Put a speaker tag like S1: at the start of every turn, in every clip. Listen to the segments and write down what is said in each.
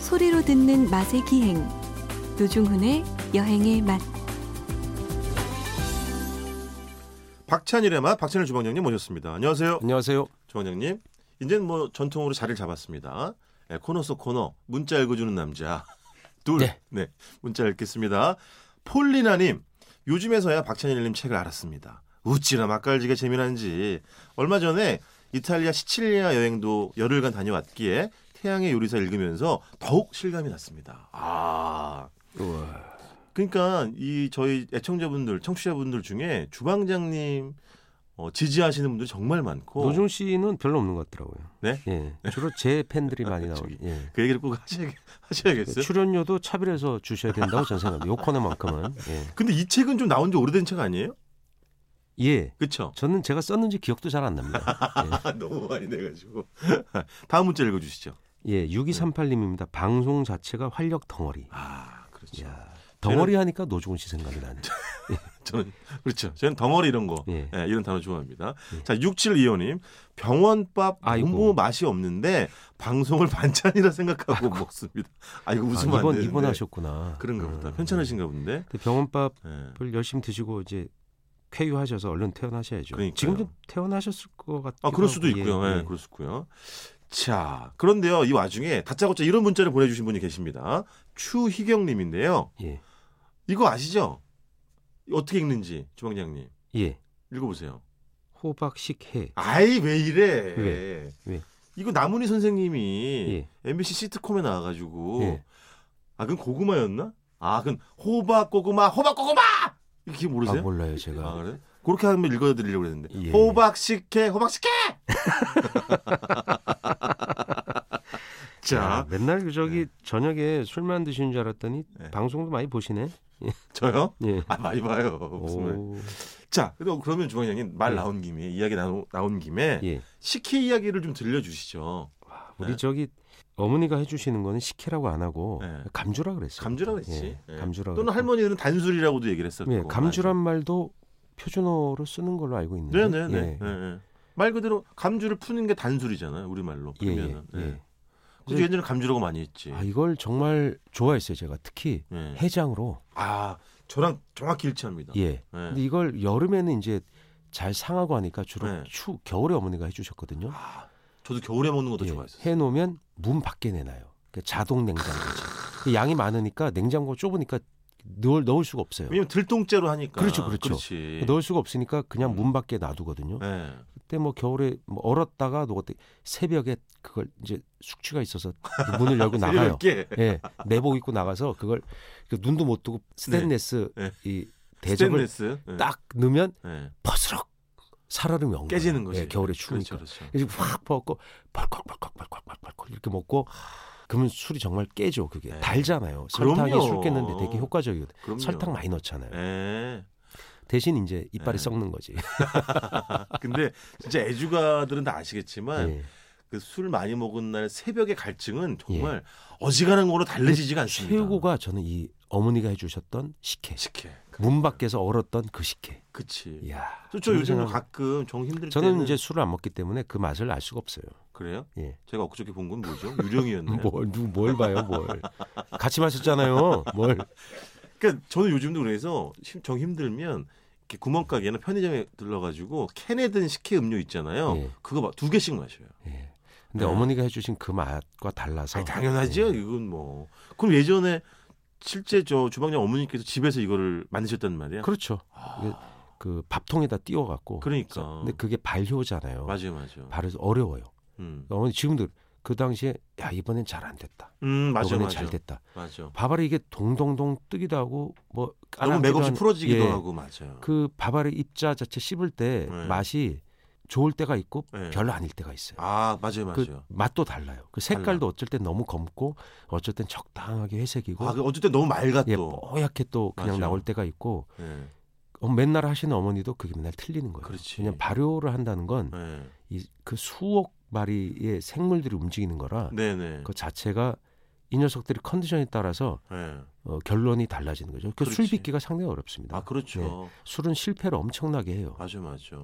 S1: 소리로 듣는 맛의 기행 노중훈의 여행의 맛
S2: 박찬일의 맛 박찬일 주방장님 모셨습니다. 안녕하세요.
S3: 안녕하세요.
S2: 주방장님. 이제는 뭐 전통으로 자리를 잡았습니다. 예, 코너 속 코너 문자 읽어주는 남자 둘. 네.
S3: 네.
S2: 문자 읽겠습니다. 폴리나님. 요즘에서야 박찬일님 책을 알았습니다. 우찌나 맛깔지게 재미난지. 얼마 전에 이탈리아 시칠리아 여행도 열흘간 다녀왔기에 태양의 요리사 읽으면서 더욱 실감이 났습니다. 아. 그러니까 이 저희 애청자분들, 청취자분들 중에 주방장님 어, 지지하시는 분들 정말 많고
S3: 노중 씨는 별로 없는 것 같더라고요.
S2: 네?
S3: 예. 주로 제 팬들이 많이
S2: 저기.
S3: 나오죠. 예.
S2: 그 얘기를 꼭 하셔야, 하셔야겠어요.
S3: 출연료도 차별해서 주셔야 된다고 저는 생각합니다. 요 코너만큼은. 예.
S2: 근데 이 책은 좀 나온 지 오래된 책 아니에요?
S3: 예.
S2: 그렇죠.
S3: 저는 제가 썼는지 기억도 잘 안 납니다.
S2: 아, 너무 많이 내가지고 다음 문자 읽어주시죠.
S3: 예. 6238님입니다. 방송 자체가 활력 덩어리.
S2: 아 그렇죠.
S3: 야 덩어리 하니까 노중훈 씨 생각이 나네.
S2: 저는 그렇죠. 저는 덩어리 이런 거
S3: 예.
S2: 예, 이런 단어 좋아합니다. 자 6725님 병원밥
S3: 아이고.
S2: 너무 맛이 없는데 방송을 반찬이라 생각하고 먹습니다. 아 이거
S3: 아,
S2: 웃으면 안
S3: 입원
S2: 되는데.
S3: 입원하셨구나.
S2: 그런가 보다.
S3: 음.
S2: 편찮으신가 본데.
S3: 근데 병원밥을
S2: 예.
S3: 열심히 드시고 이제 쾌유하셔서 얼른 퇴원하셔야죠.
S2: 그러니까요.
S3: 지금 좀 퇴원하셨을 것 같아요.
S2: 아, 그럴 수도 있고요. 예, 그럴 수 있고요. 자, 그런데요. 이 와중에 다짜고짜 이런 문자를 보내주신 분이 계십니다. 추희경님인데요.
S3: 예.
S2: 이거 아시죠? 어떻게 읽는지 주방장님
S3: 예.
S2: 읽어보세요.
S3: 호박식혜.
S2: 아이 왜 이래?
S3: 왜? 왜?
S2: 이거 나문희 선생님이
S3: 예.
S2: MBC 시트콤에 나와가지고
S3: 예.
S2: 아 그건 고구마였나? 아 그건 호박 고구마 호박 고구마 이렇게
S3: 아,
S2: 모르세요?
S3: 몰라요,
S2: 아,
S3: 제가.
S2: 그래? 그렇게 한번 읽어드리려고 그랬는데
S3: 예.
S2: 호박식혜 호박식혜
S3: 야,
S2: 자
S3: 맨날 그 저기
S2: 예.
S3: 저녁에 술만 드시는 줄 알았더니
S2: 네.
S3: 방송도 많이 보시네.
S2: 저요?
S3: 예.
S2: 아 많이 봐요. 무슨 말.
S3: 오.
S2: 자 그럼 그러면 주방장님 말
S3: 예.
S2: 나온 김에 이야기 나오, 나온 김에
S3: 예.
S2: 식혜 이야기를 좀 들려주시죠.
S3: 와, 우리
S2: 네.
S3: 저기 어머니가 해주시는 거는 식혜라고 안 하고
S2: 네.
S3: 감주라 그랬어요.
S2: 감주라 그랬지.
S3: 예,
S2: 예.
S3: 감주라.
S2: 또는
S3: 그랬고.
S2: 할머니들은 단술이라고도 얘기를 했었고.
S3: 예, 감주란 말도 표준어로 쓰는 걸로 알고 있는데.
S2: 네네네.
S3: 예.
S2: 말 그대로 감주를 푸는 게 단술이잖아요. 우리 말로.
S3: 예, 예,
S2: 그러면은. 예.
S3: 예.
S2: 그래서 예전에 감주라고 많이 했지.
S3: 아, 이걸 정말 좋아했어요, 제가. 특히
S2: 예.
S3: 해장으로.
S2: 아 저랑 정확히 일치합니다.
S3: 예.
S2: 예.
S3: 근데 이걸 여름에는 이제 잘 상하고 하니까 주로
S2: 네.
S3: 추 겨울에 어머니가 해주셨거든요.
S2: 아, 저도 겨울에 먹는 것도 좋아했어요.
S3: 예, 해놓으면 문 밖에 내놔요. 그 자동 냉장고죠. 그 양이 많으니까 냉장고 좁으니까 넣을, 넣을 수가 없어요.
S2: 왜냐면 들통째로 하니까.
S3: 그렇죠, 그렇죠.
S2: 그렇지.
S3: 넣을 수가 없으니까 그냥
S2: 음.
S3: 문 밖에 놔두거든요.
S2: 예.
S3: 그때 뭐 겨울에 뭐 얼었다가 녹았대 새벽에 그걸 이제 숙취가 있어서 그 문을 열고 나가요.
S2: 이렇게.
S3: 예, 내복 입고 나가서 그걸 그 눈도 못 뜨고 스테인레스
S2: 네.
S3: 이 대접을
S2: 스테인레스. 예.
S3: 딱 넣으면
S2: 예.
S3: 퍼스럭 살얼음이 엉
S2: 깨지는 거지.
S3: 예, 겨울에
S2: 그렇죠,
S3: 추우니까.
S2: 그렇죠.
S3: 그래서 확 퍼갖고 벌컥벌컥벌컥벌컥 이렇게 먹고 그러면 술이 정말 깨죠 그게
S2: 네.
S3: 달잖아요
S2: 그럼요.
S3: 설탕이 술 깼는데 되게 효과적이거든
S2: 그럼요.
S3: 설탕 많이 넣잖아요
S2: 예.
S3: 대신 이제 이빨이
S2: 네.
S3: 썩는 거지
S2: 근데 진짜 애주가들은 다 아시겠지만
S3: 예.
S2: 그 술 많이 먹은 날 새벽의 갈증은 정말 어지간한 거로 달래지지가 않습니다.
S3: 예. 최고가 그 저는 이 어머니가 해주셨던 식혜
S2: 식혜.
S3: 문 밖에서 얼었던 그 식혜
S2: 그치.
S3: 이야
S2: 저, 저
S3: 그런
S2: 요즘도
S3: 생각-
S2: 가끔 정 힘들
S3: 저는
S2: 때는
S3: 이제 술을 안 먹기 때문에 그 맛을 알 수가 없어요
S2: 그래요?
S3: 예.
S2: 제가 엊그저께 본 건 뭐죠? 유령이었나요?
S3: 뭘, 누, 뭘 봐요 뭘 같이 마셨잖아요 뭘
S2: 그러니까 저는 요즘도 그래서 힘- 정 힘들면 이렇게 구멍가게나 편의점에 들러가지고 캔에 든 식혜 음료 있잖아요.
S3: 예.
S2: 그거 막 두 개씩 마셔요.
S3: 예. 근데
S2: 네.
S3: 어머니가 해주신 그 맛과 달라서
S2: 아니, 당연하죠.
S3: 예.
S2: 이건 뭐. 그럼 예전에 실제 저 주방장 어머니께서 집에서 이거를 만드셨단 말이야.
S3: 그렇죠. 이게 그 밥통에다 띄워갖고.
S2: 아. 그러니까.
S3: 근데 그게 발효잖아요.
S2: 맞아요, 맞아요.
S3: 발효해서 어려워요.
S2: 음,
S3: 어머니 지금도 그 당시에 야 이번엔 잘 안 됐다.
S2: 음 맞아요,
S3: 이번엔
S2: 맞아요.
S3: 잘 됐다.
S2: 맞아. 아,
S3: 밥알이 이게 동동동 뜨기도 하고 뭐
S2: 너무
S3: 안
S2: 맥없이
S3: 하기도
S2: 풀어지기도
S3: 예.
S2: 하고 맞아요.
S3: 그 밥알의 입자 자체 씹을 때
S2: 네.
S3: 맛이 좋을 때가 있고
S2: 네.
S3: 별로 아닐 때가 있어요.
S2: 아 맞아요,
S3: 그
S2: 맞아요.
S3: 맛도 달라요. 그 색깔도
S2: 달라.
S3: 어쩔 땐 너무 검고 어쩔 땐 적당하게 회색이고
S2: 아, 그 어쨌든 너무 맑아
S3: 예,
S2: 또.
S3: 뽀얗게 또 그냥
S2: 맞아요.
S3: 나올 때가 있고
S2: 예.
S3: 어, 맨날 하시는 어머니도 그게 맨날 틀리는 거예요.
S2: 그렇지.
S3: 왜냐면 발효를 한다는 건
S2: 예.
S3: 이 그 수억 마리의 생물들이 움직이는 거라
S2: 네네.
S3: 그 자체가 이 녀석들이 컨디션에 따라서
S2: 예.
S3: 어, 결론이 달라지는 거죠. 그
S2: 그렇지.
S3: 술 빚기가 상당히 어렵습니다.
S2: 아 그렇죠.
S3: 술은 실패를 엄청나게 해요.
S2: 맞아 맞아.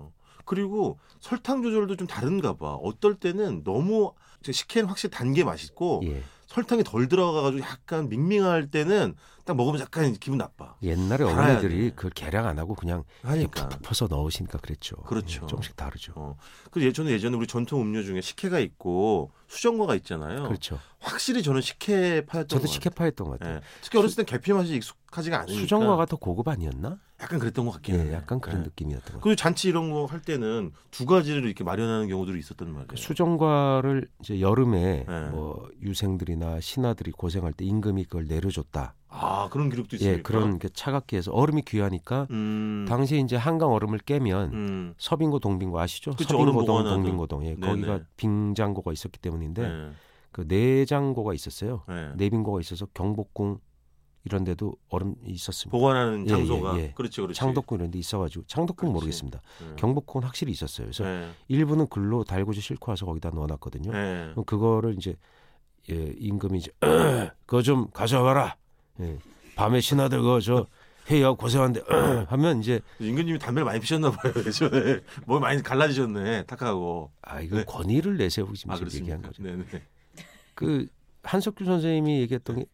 S2: 그리고 설탕 조절도 좀 다른가 봐. 어떨 때는 너무 식혜는 확실히 단 게 맛있고
S3: 예.
S2: 설탕이 덜 들어가가지고 약간 밍밍할 때는 딱 먹으면 약간 기분 나빠.
S3: 옛날에
S2: 달아야
S3: 어머니들이
S2: 돼.
S3: 그걸 계량 안 하고 그냥
S2: 하니까.
S3: 푹푹 퍼서 넣으시니까 그랬죠.
S2: 그렇죠.
S3: 예, 조금씩 다르죠.
S2: 어. 그러니까. 그 예전에 예전에 우리 전통 음료 중에 식혜가 있고 수정과가 있잖아요.
S3: 그렇죠.
S2: 확실히 저는 식혜 파였던
S3: 저도
S2: 것 같아요.
S3: 식혜파였던 것 같아요.
S2: 예. 특히 어렸을 땐 계피 맛이 익숙하지가 않으니까
S3: 수정화가 더 고급 아니었나?
S2: 약간 그랬던 것 같긴 해요.
S3: 예, 약간 그런
S2: 예.
S3: 느낌이었던 것 같아요.
S2: 그리고 잔치 이런 거 할 때는 두 가지를 이렇게 마련하는 경우들이 있었단 말이에요.
S3: 그 수정과를 이제 여름에
S2: 예.
S3: 뭐 유생들이나 신하들이 고생할 때 임금이 그걸 내려줬다.
S2: 아 그런 기록도 있습니까?
S3: 예, 그런 게 차갑게 해서 얼음이 귀하니까
S2: 음,
S3: 당시 이제 한강 얼음을 깨면
S2: 음,
S3: 서빙고 동빙고 아시죠?
S2: 그쵸, 얼음
S3: 서빙고동
S2: 보관하는.
S3: 동빙고동. 예,
S2: 네네.
S3: 거기가 빙장고가 있었기 때문인데
S2: 예,
S3: 그 내장고가 있었어요.
S2: 예.
S3: 내빙고가 있어서 경복궁 이런 데도 얼음 있었습니다.
S2: 보관하는
S3: 예,
S2: 장소가
S3: 예, 예.
S2: 그렇지 그렇지.
S3: 창덕궁 이런 데 있어가지고 창덕궁
S2: 그렇지.
S3: 모르겠습니다.
S2: 예.
S3: 경복궁은 확실히 있었어요. 그래서
S2: 예,
S3: 일부는 글로 달고지 싣고 와서 거기다 넣어놨거든요.
S2: 예.
S3: 그럼 그거를 이제 예, 임금이 이제 그거 좀 가져와라. 예, 밤에 신하들 그거 저 회의하고 고생한데 하면 이제
S2: 임금님이 담배를 많이 피셨나 봐요 예전에 뭘 많이 갈라지셨네 탁하고.
S3: 아 이거
S2: 네.
S3: 권위를 내세우고 지금
S2: 아
S3: 지금
S2: 그렇습니까?
S3: 얘기한 거죠.
S2: 네네.
S3: 그 한석규 선생님이 얘기했던 게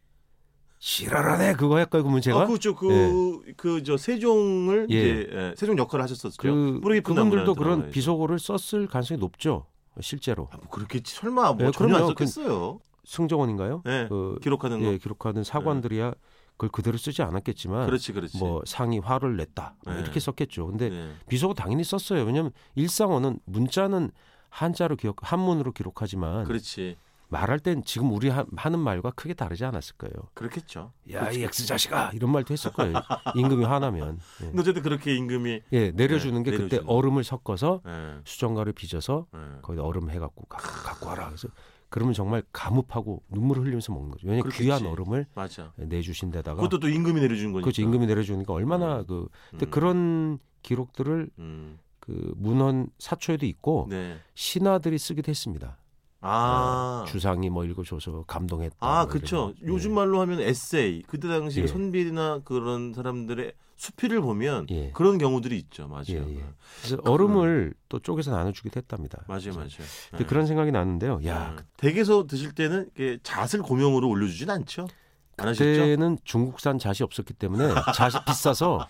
S3: 지랄하네 그거 할까요? 그러면 제가
S2: 아, 그렇죠. 그, 그, 저, 세종을,
S3: 예.
S2: 이제, 예, 세종 역할을 하셨었죠.
S3: 그
S2: 뿌리 깊은
S3: 그분들도
S2: 나무라는
S3: 그런
S2: 드라마에서.
S3: 비속어를 썼을 가능성이 높죠. 실제로
S2: 아, 뭐 그렇겠지. 설마, 뭐,
S3: 예,
S2: 전혀 안
S3: 그럼요. 그-
S2: 썼겠어요.
S3: 승정원인가요?
S2: 예,
S3: 그
S2: 기록하는 거. 네.
S3: 예, 기록하는 사관들이야 그걸 그대로 쓰지 않았겠지만
S2: 그렇지, 그렇지.
S3: 뭐 상이 화를 냈다 뭐
S2: 네.
S3: 이렇게 썼겠죠. 근데
S2: 네.
S3: 비속어 당연히 썼어요. 왜냐하면 일상어는 문자는 한자로 기억 한문으로 기록하지만
S2: 그렇지.
S3: 말할 땐 지금 우리 하, 는 말과 크게 다르지 않았을 거예요.
S2: 그렇겠죠.
S3: 야 이 X 자식아 이런 말도 했을 거예요. 임금이 화나면 예.
S2: 근데 어쨌든 그렇게 임금이
S3: 예, 내려주는 게
S2: 네,
S3: 그때
S2: 내려주는.
S3: 얼음을 섞어서
S2: 예,
S3: 수정가를 빚어서
S2: 예.
S3: 거기다 얼음 해갖고 가, 갖고 와라. 그래서 그러면 정말 감읍하고 눈물을 흘리면서 먹는 거죠. 왜냐면
S2: 그렇겠지.
S3: 귀한 얼음을
S2: 맞아.
S3: 내주신 데다가
S2: 그것도 또 임금이 내려준 거니까.
S3: 그렇죠. 임금이 내려주니까 얼마나 그 근데
S2: 음,
S3: 그런 기록들을
S2: 음.
S3: 그 문헌 사초에도 있고
S2: 네.
S3: 신하들이 쓰기도 했습니다.
S2: 아.
S3: 네, 주상이 뭐 읽어줘서 감동했다.
S2: 아,
S3: 뭐
S2: 그렇죠.
S3: 이런.
S2: 요즘 말로 하면 에세이. 그때 당시
S3: 예.
S2: 선비나 그런 사람들의 수필을 보면
S3: 예.
S2: 그런 경우들이 있죠. 맞아요.
S3: 예, 예. 그래서 얼음을 또 쪼개서 나눠주기도 했답니다.
S2: 맞아요,
S3: 그래서
S2: 맞아요.
S3: 근데
S2: 예.
S3: 그런 생각이 나는데요. 야그
S2: 음. 댁에서 드실 때는 이렇게 잣을 고명으로 올려주진 않죠? 안 하셨죠?
S3: 그때는 중국산 잣이 없었기 때문에 잣이 비싸서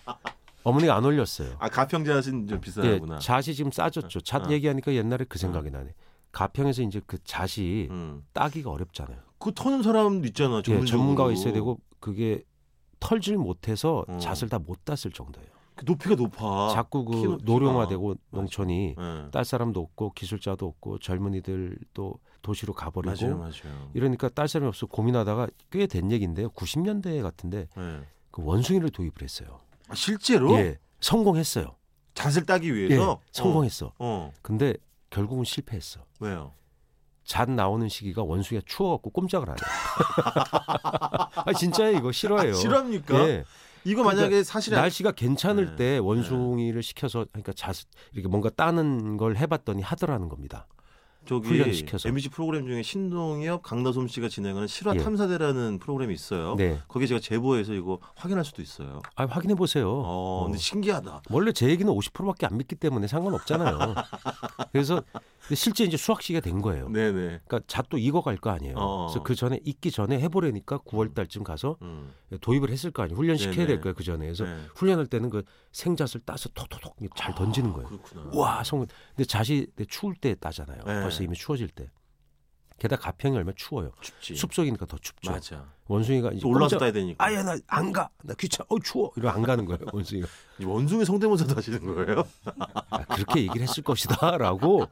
S3: 어머니가 안 올렸어요.
S2: 아 가평 잣은 좀
S3: 예,
S2: 비싸구나.
S3: 잣이 지금 싸졌죠. 잣
S2: 어.
S3: 얘기하니까 옛날에 그 생각이 나네. 가평에서 이제 그 잣이
S2: 음.
S3: 따기가 어렵잖아요.
S2: 그 터는 사람도 있잖아.
S3: 예,
S2: 전문적으로.
S3: 전문가가 있어야 되고 그게 털질 못해서
S2: 음.
S3: 잣을 다 못 땄을 정도예요.
S2: 그 높이가 높아. 어.
S3: 자꾸 그
S2: 키가-
S3: 노령화되고 농촌이
S2: 예.
S3: 딸 사람도 없고 기술자도 없고 젊은이들 또 도시로 가버리고 예.
S2: 맞아요, 맞아요.
S3: 이러니까 딸 사람이 없어 고민하다가 꽤 된 얘기인데요. 90년대 같은데
S2: 예.
S3: 그 원숭이를 도입을 했어요.
S2: 아, 실제로
S3: 예, 성공했어요.
S2: 잣을 따기
S3: 예,
S2: 위해서
S3: 성공했어.
S2: 어, 어.
S3: 근데 결국은 실패했어.
S2: 왜요?
S3: 잣 나오는 시기가 원숭이가 추워갖고 꼼짝을 안 해. 아 진짜요 이거 실화예요.
S2: 실화입니까?
S3: 예.
S2: 이거
S3: 그러니까
S2: 만약에 사실 안...
S3: 날씨가 괜찮을
S2: 네,
S3: 때 원숭이를 시켜서 그러니까 잣 이렇게 뭔가 따는 걸 해봤더니 하더라는 겁니다.
S2: 저기
S3: 훈련시켜서.
S2: MBC 프로그램 중에 신동엽, 강다솜 씨가 진행하는 실화
S3: 예.
S2: 탐사대라는 프로그램이 있어요.
S3: 네,
S2: 거기에 제가 제보해서 이거 확인할 수도 있어요.
S3: 아 확인해 보세요.
S2: 어, 근데 신기하다.
S3: 원래 제 얘기는 50%밖에 안 믿기 때문에 상관없잖아요. 그래서 근데 실제 이제 수학 시기가 된 거예요.
S2: 네네.
S3: 그러니까 잣도 익어갈 거 아니에요.
S2: 어.
S3: 그래서 그 전에 익기 전에 해보려니까 9월 달쯤 가서
S2: 음.
S3: 도입을 했을 거 아니에요. 훈련 시켜야
S2: 네네.
S3: 될 거예요 그 전에. 그래서
S2: 네. 아,
S3: 훈련할 때는 그 생잣을 따서 톡톡톡 잘 던지는 거예요.
S2: 그렇구나.
S3: 와 성은 근데 잣이 추울 때 따잖아요.
S2: 네.
S3: 벌써 이미 추워질 때. 게다가 가평이 얼마 나 추워요.
S2: 춥지.
S3: 숲속이니까 더 춥죠.
S2: 맞아.
S3: 원숭이가 이제
S2: 또 올라서
S3: 깜짝-
S2: 따야 되니까.
S3: 아야 나 안 가. 나 귀찮아. 어 추워. 이러 안 가는 거예요 원숭이가.
S2: 이 원숭이 성대모사도 하시는 거예요?
S3: 아, 그렇게 얘기를 했을 것이다라고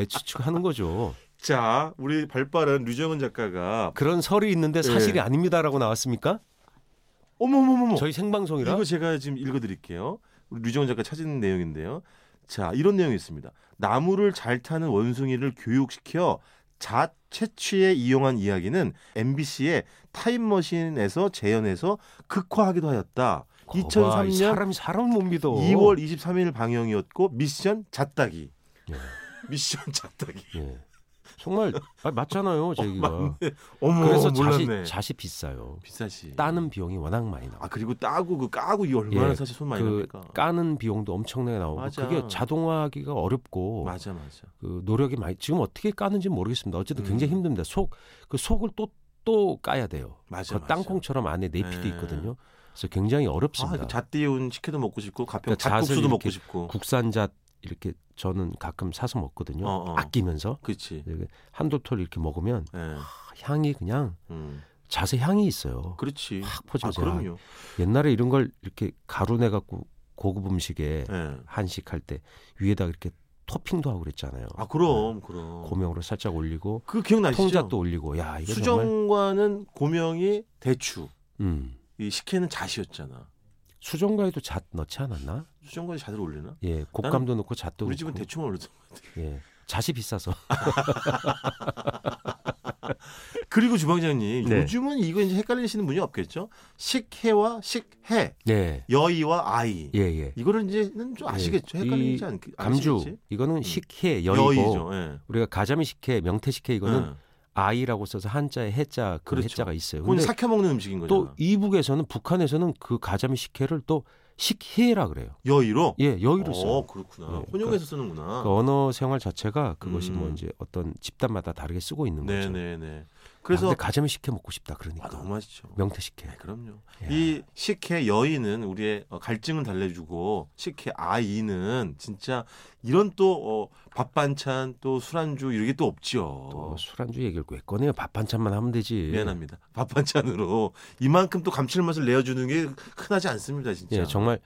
S3: 예, 추측하는 거죠.
S2: 자, 우리 발빠른 류정은 작가가
S3: 그런 설이 있는데 사실이
S2: 예.
S3: 아닙니다라고 나왔습니까?
S2: 어머머머머.
S3: 저희 생방송이라
S2: 이거 제가 지금 읽어드릴게요. 우리 류정은 작가 찾은 내용인데요. 자, 이런 내용이 있습니다. 나무를 잘 타는 원숭이를 교육시켜 잣 채취에 이용한 이야기는 MBC의 타임머신에서 재현해서 극화하기도 하였다.
S3: 거봐, 이
S2: 2003년
S3: 사람이 사람 못 믿어.
S2: 2월 23일 방영이었고 미션 잣따기.
S3: 예.
S2: 미션 잣따기.
S3: 예. 정말 아, 맞잖아요, 제 얘기가.
S2: 어머,
S3: 그래서
S2: 몰랐네.
S3: 잣이, 잣이 비싸요.
S2: 비싸지.
S3: 따는 비용이 워낙 많이 나와.
S2: 아 그리고 따고 그 까고 이 얼마나
S3: 예,
S2: 사실 손 많이
S3: 그
S2: 갑니까?
S3: 까는 비용도 엄청나게 나오고
S2: 맞아.
S3: 그게 자동화하기가 어렵고
S2: 맞아 맞아.
S3: 그 노력이 많이 지금 어떻게 까는지 모르겠습니다. 어쨌든
S2: 음.
S3: 굉장히 힘듭니다. 속 그 속을 또 또 까야 돼요.
S2: 맞아요,
S3: 그
S2: 맞아요.
S3: 땅콩처럼 안에 내피도
S2: 예.
S3: 있거든요. 그래서 굉장히
S2: 아,
S3: 어렵습니다.
S2: 이거 잣띠운 치킨도 먹고 싶고 가평
S3: 그러니까 잣을
S2: 잣국수도 먹고
S3: 이렇게
S2: 싶고.
S3: 국산잣 이렇게 저는 가끔 사서 먹거든요.
S2: 어, 어.
S3: 아끼면서
S2: 그렇지.
S3: 이렇게 한두 톨 이렇게 먹으면
S2: 예.
S3: 향이 그냥
S2: 음.
S3: 잣의 향이 있어요.
S2: 그렇지.
S3: 확
S2: 아,
S3: 퍼지면서 야,
S2: 그럼요.
S3: 옛날에 이런 걸 이렇게 가루 내 갖고 고급 음식에
S2: 예.
S3: 한식할 때 위에다 이렇게 토핑도 하고 그랬잖아요.
S2: 아, 그럼 그럼.
S3: 고명으로 살짝 올리고
S2: 그 기억나시죠?
S3: 네. 통잣도 올리고 야 이거 정말
S2: 수정과는 고명이 대추,
S3: 음.
S2: 이 식혜는 잣이었잖아.
S3: 수정과에도 잣 넣지 않았나?
S2: 수정과에 잣을 올리나?
S3: 예, 곶감도 넣고 잣도
S2: 우리
S3: 넣고.
S2: 집은 대추만 올렸던 것 같아.
S3: 예, 잣이 비싸서.
S2: 그리고 주방장님
S3: 네.
S2: 요즘은 이거 이제 헷갈리시는 분이 없겠죠? 식혜와 식해,
S3: 네,
S2: 여의와 아이.
S3: 예, 예.
S2: 이거를 이제는 좀 아시겠죠?
S3: 예,
S2: 헷갈리지
S3: 이
S2: 않, 아시겠지? 음.
S3: 감주 이거는 식혜 여의고
S2: 여의죠. 예.
S3: 우리가 가자미 식혜 명태 식혜 이거는
S2: 예.
S3: 아이라고 써서 한자에 해자 그
S2: 그렇죠.
S3: 해자가 있어요.
S2: 그건 네.
S3: 근데
S2: 삭혀 먹는 음식인 거죠.
S3: 또 이북에서는 북한에서는 그 가자미 식혜를 또 식혜라 그래요.
S2: 여의로.
S3: 예, 여의로 써요.
S2: 어, 그렇구나.
S3: 예,
S2: 혼용해서
S3: 그러니까
S2: 쓰는구나.
S3: 그 언어 생활 자체가 그것이
S2: 음.
S3: 뭐 이제 어떤 집단마다 다르게 쓰고 있는 거죠.
S2: 네네네.
S3: 그래서
S2: 그래서
S3: 가자미 식혜 먹고 싶다 그러니까
S2: 아, 너무 맛있죠.
S3: 명태 식혜.
S2: 네, 그럼요.
S3: 야.
S2: 이 식혜 여인은 우리의 어, 갈증을 달래주고 식혜 아이는 진짜 이런 또 어, 밥 반찬 또 술안주 이런 게 또 없지요.
S3: 또 술안주 얘기를 왜 꺼내요? 밥 반찬만 하면 되지.
S2: 어. 미안합니다. 밥 반찬으로 이만큼 또 감칠맛을 내어주는 게 흔하지 않습니다, 진짜.
S3: 예, 정말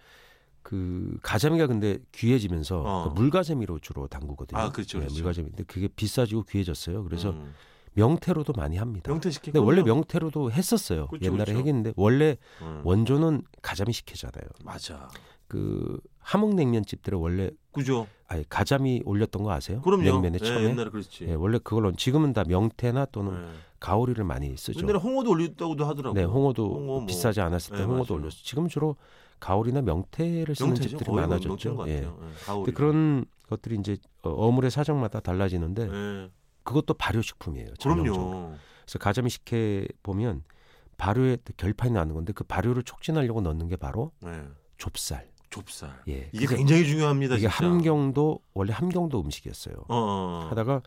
S3: 그 가자미가 근데 귀해지면서
S2: 어.
S3: 그 물가재미로 주로 담그거든요.
S2: 아, 그렇죠,
S3: 예,
S2: 그렇죠.
S3: 물가재미인데 그게 비싸지고 귀해졌어요. 그래서
S2: 음.
S3: 명태로도 많이 합니다.
S2: 명태 식혜.
S3: 근데 원래
S2: 그럼요.
S3: 명태로도 했었어요.
S2: 그렇죠,
S3: 옛날에
S2: 그렇죠.
S3: 했는데 원래
S2: 음.
S3: 원조는 가자미 식혜잖아요.
S2: 맞아.
S3: 그 함흥냉면집들에 원래
S2: 그죠.
S3: 아니 가자미 올렸던 거 아세요?
S2: 그럼요.
S3: 냉면에
S2: 예,
S3: 처음에
S2: 옛날에 그랬지.
S3: 예, 원래 그걸로 지금은 다 명태나 또는
S2: 예.
S3: 가오리를 많이 쓰죠.
S2: 옛날에 홍어도 올렸다고도 하더라고.
S3: 그렇죠. 네, 홍어도
S2: 홍어 뭐.
S3: 비싸지 않았을 때
S2: 네,
S3: 홍어도
S2: 맞아요.
S3: 올렸어. 지금 주로 가오리나 명태를 쓰는
S2: 명태죠.
S3: 집들이
S2: 거의 명태인
S3: 많아졌죠.
S2: 것
S3: 예.
S2: 같아요. 예. 가오리.
S3: 근데 그런 것들이 이제 어, 어물의 사정마다 달라지는데
S2: 예.
S3: 그것도 발효식품이에요. 전형적으로.
S2: 그럼요.
S3: 그래서 가자미 식혜 보면 발효에 또 결판이 나는 건데 그 발효를 촉진하려고 넣는 게 바로
S2: 예.
S3: 좁쌀.
S2: 좁쌀.
S3: 예.
S2: 이게
S3: 그래서
S2: 굉장히 중요합니다.
S3: 이게
S2: 진짜.
S3: 함경도 원래 함경도 음식이었어요.
S2: 어, 어, 어.
S3: 하다가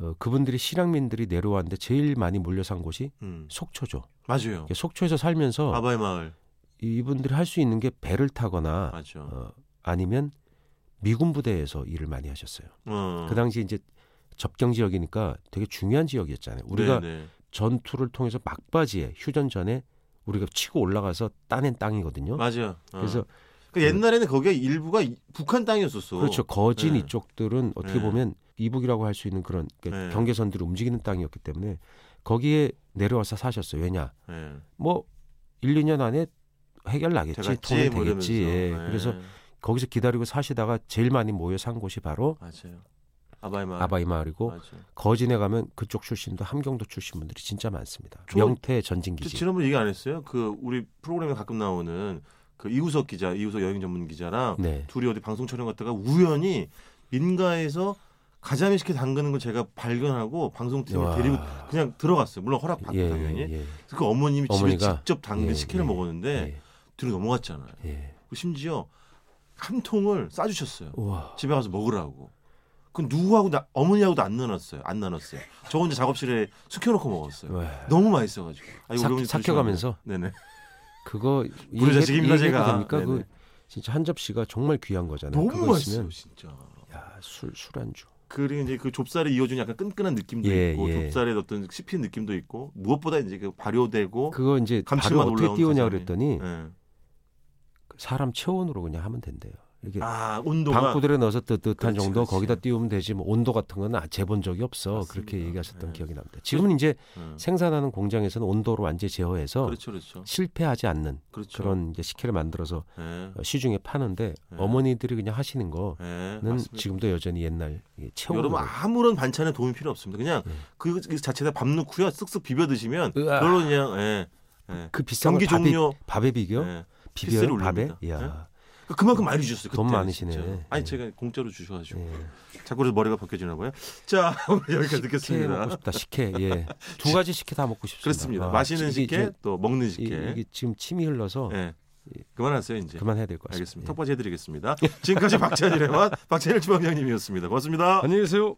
S3: 어, 그분들이 실향민들이 내려왔는데 제일 많이 몰려 산 곳이
S2: 음.
S3: 속초죠.
S2: 맞아요.
S3: 이게 속초에서 살면서
S2: 바바의 마을
S3: 이분들이 할 수 있는 게 배를 타거나
S2: 맞죠.
S3: 어, 아니면 미군 부대에서 일을 많이 하셨어요.
S2: 어.
S3: 그 당시 이제 접경 지역이니까 되게 중요한 지역이었잖아요. 우리가
S2: 네네.
S3: 전투를 통해서 막바지에 휴전 전에 우리가 치고 올라가서 따낸 땅이거든요.
S2: 맞아요. 어.
S3: 그래서
S2: 그 옛날에는 거기가 일부가 이- 북한 땅이었었어.
S3: 그렇죠. 거진
S2: 네.
S3: 이쪽들은 어떻게
S2: 네.
S3: 보면 이북이라고 할 수 있는 그런 그러니까
S2: 네.
S3: 경계선들이 움직이는 땅이었기 때문에 거기에 내려와서 사셨어요. 왜냐?
S2: 예.
S3: 뭐 1, 2년 안에 해결 나겠지,
S2: 제갔지
S3: 통일
S2: 뭐 이러면서.
S3: 예, 되겠지. 예.
S2: 예.
S3: 그래서 거기서 기다리고 사시다가 제일 많이 모여 산 곳이 바로
S2: 맞아요. 아바의 마을.
S3: 아바이 마을이고
S2: 맞아요.
S3: 거진에 가면 그쪽 출신도 함경도 출신 분들이 진짜 많습니다.
S2: 저-
S3: 명태
S2: 저
S3: 전진기지.
S2: 지난번에 얘기 안 했어요? 그 우리 프로그램에 가끔 나오는 그 이우석 기자, 이우석 여행 전문 기자랑
S3: 네.
S2: 둘이 어디 방송 촬영 갔다가 우연히 민가에서 가자미 식혜 담그는 걸 제가 발견하고 방송팀을
S3: 와.
S2: 데리고 그냥 들어갔어요. 물론 허락 받고
S3: 예,
S2: 당연히.
S3: 예, 예,
S2: 그래서 그 어머님이 집에
S3: 어머니가?
S2: 직접 담근
S3: 예,
S2: 식혜를
S3: 예,
S2: 먹었는데 뒤로 넘어갔잖아요.
S3: 예, 예.
S2: 그리고 심지어 한 통을 싸주셨어요.
S3: 우와.
S2: 집에 가서 먹으라고. 그 누구하고 나, 어머니하고도 안 나눴어요. 안 나눴어요. 저 혼자 작업실에 숙여놓고 먹었어요.
S3: 와.
S2: 너무 맛있어가지고. 아,
S3: 네. 삭-
S2: 우리 어머니
S3: 삭혀가면서?
S2: 드시면 안 돼요. 네네.
S3: 그거
S2: 부르자
S3: 얘기-
S2: 지깁니다,
S3: 얘기해도
S2: 제가.
S3: 됩니까? 그
S2: 네네.
S3: 진짜 한 접시가 정말 귀한 거잖아요.
S2: 너무
S3: 네, 그거
S2: 맛있어요,
S3: 있으면
S2: 진짜.
S3: 야, 술 술안주.
S2: 그리고 이제 그 좁쌀에 이어주는 약간 끈끈한 느낌도
S3: 예,
S2: 있고
S3: 예.
S2: 좁쌀에 어떤 씹힌 느낌도 있고 무엇보다 이제 그 발효되고
S3: 그거 이제
S2: 감칠맛
S3: 발효 어떻게
S2: 올라온
S3: 띄우냐
S2: 가사미.
S3: 그랬더니
S2: 예.
S3: 사람 체온으로 그냥 하면 된대요. 이게
S2: 아 온도가
S3: 방구들에 넣어서 뜨뜻한
S2: 그렇지,
S3: 정도
S2: 그렇지.
S3: 거기다 띄우면 되지 뭐 온도 같은 건 아, 재본 적이 없어
S2: 맞습니다.
S3: 그렇게 얘기하셨던
S2: 예.
S3: 기억이 납니다. 지금은 이제
S2: 예.
S3: 생산하는 공장에서는 온도로 완전히 제어해서
S2: 그렇죠, 그렇죠,
S3: 실패하지 않는
S2: 그렇죠.
S3: 그런 이제 식혜를 만들어서
S2: 예.
S3: 어, 시중에 파는데
S2: 예.
S3: 어머니들이 그냥 하시는 거는
S2: 예, 맞습니다.
S3: 지금도 여전히 옛날 예, 체온으로
S2: 여러분 아무런 반찬에 도움이 필요 없습니다. 그냥 그 자체에다 밥 넣고요, 쓱쓱 비벼 드시면
S3: 예. 으아.
S2: 별로 그냥 예, 예.
S3: 그 비싼
S2: 경기
S3: 걸 밥에,
S2: 종료.
S3: 밥에 비교
S2: 예. 피스를
S3: 비벼요 밥에
S2: 올립니다.
S3: 이야
S2: 그러니까 그만큼 많이 주셨어요.
S3: 돈
S2: 그때는
S3: 많으시네.
S2: 진짜로. 아니
S3: 예.
S2: 제가 공짜로 주셔가지고
S3: 예.
S2: 자꾸 그래서 머리가 벗겨지나 봐요. 자 오늘 여기까지
S3: 식혜 먹고
S2: 듣겠습니다.
S3: 싶다 식혜 예두 가지 식혜 다 먹고 싶습니다
S2: 그렇습니다.
S3: 아,
S2: 마시는
S3: 이게
S2: 식혜
S3: 좀-
S2: 또 먹는 식혜.
S3: 이- 이게 지금 침이 흘러서
S2: 예. 그만하세요 이제.
S3: 그만해야 될 것 같습니다 예.
S2: 알겠습니다. 턱받이 해드리겠습니다. 지금까지 박찬일의 맛 박찬일 주방장님이었습니다. 고맙습니다.
S3: 안녕히 계세요.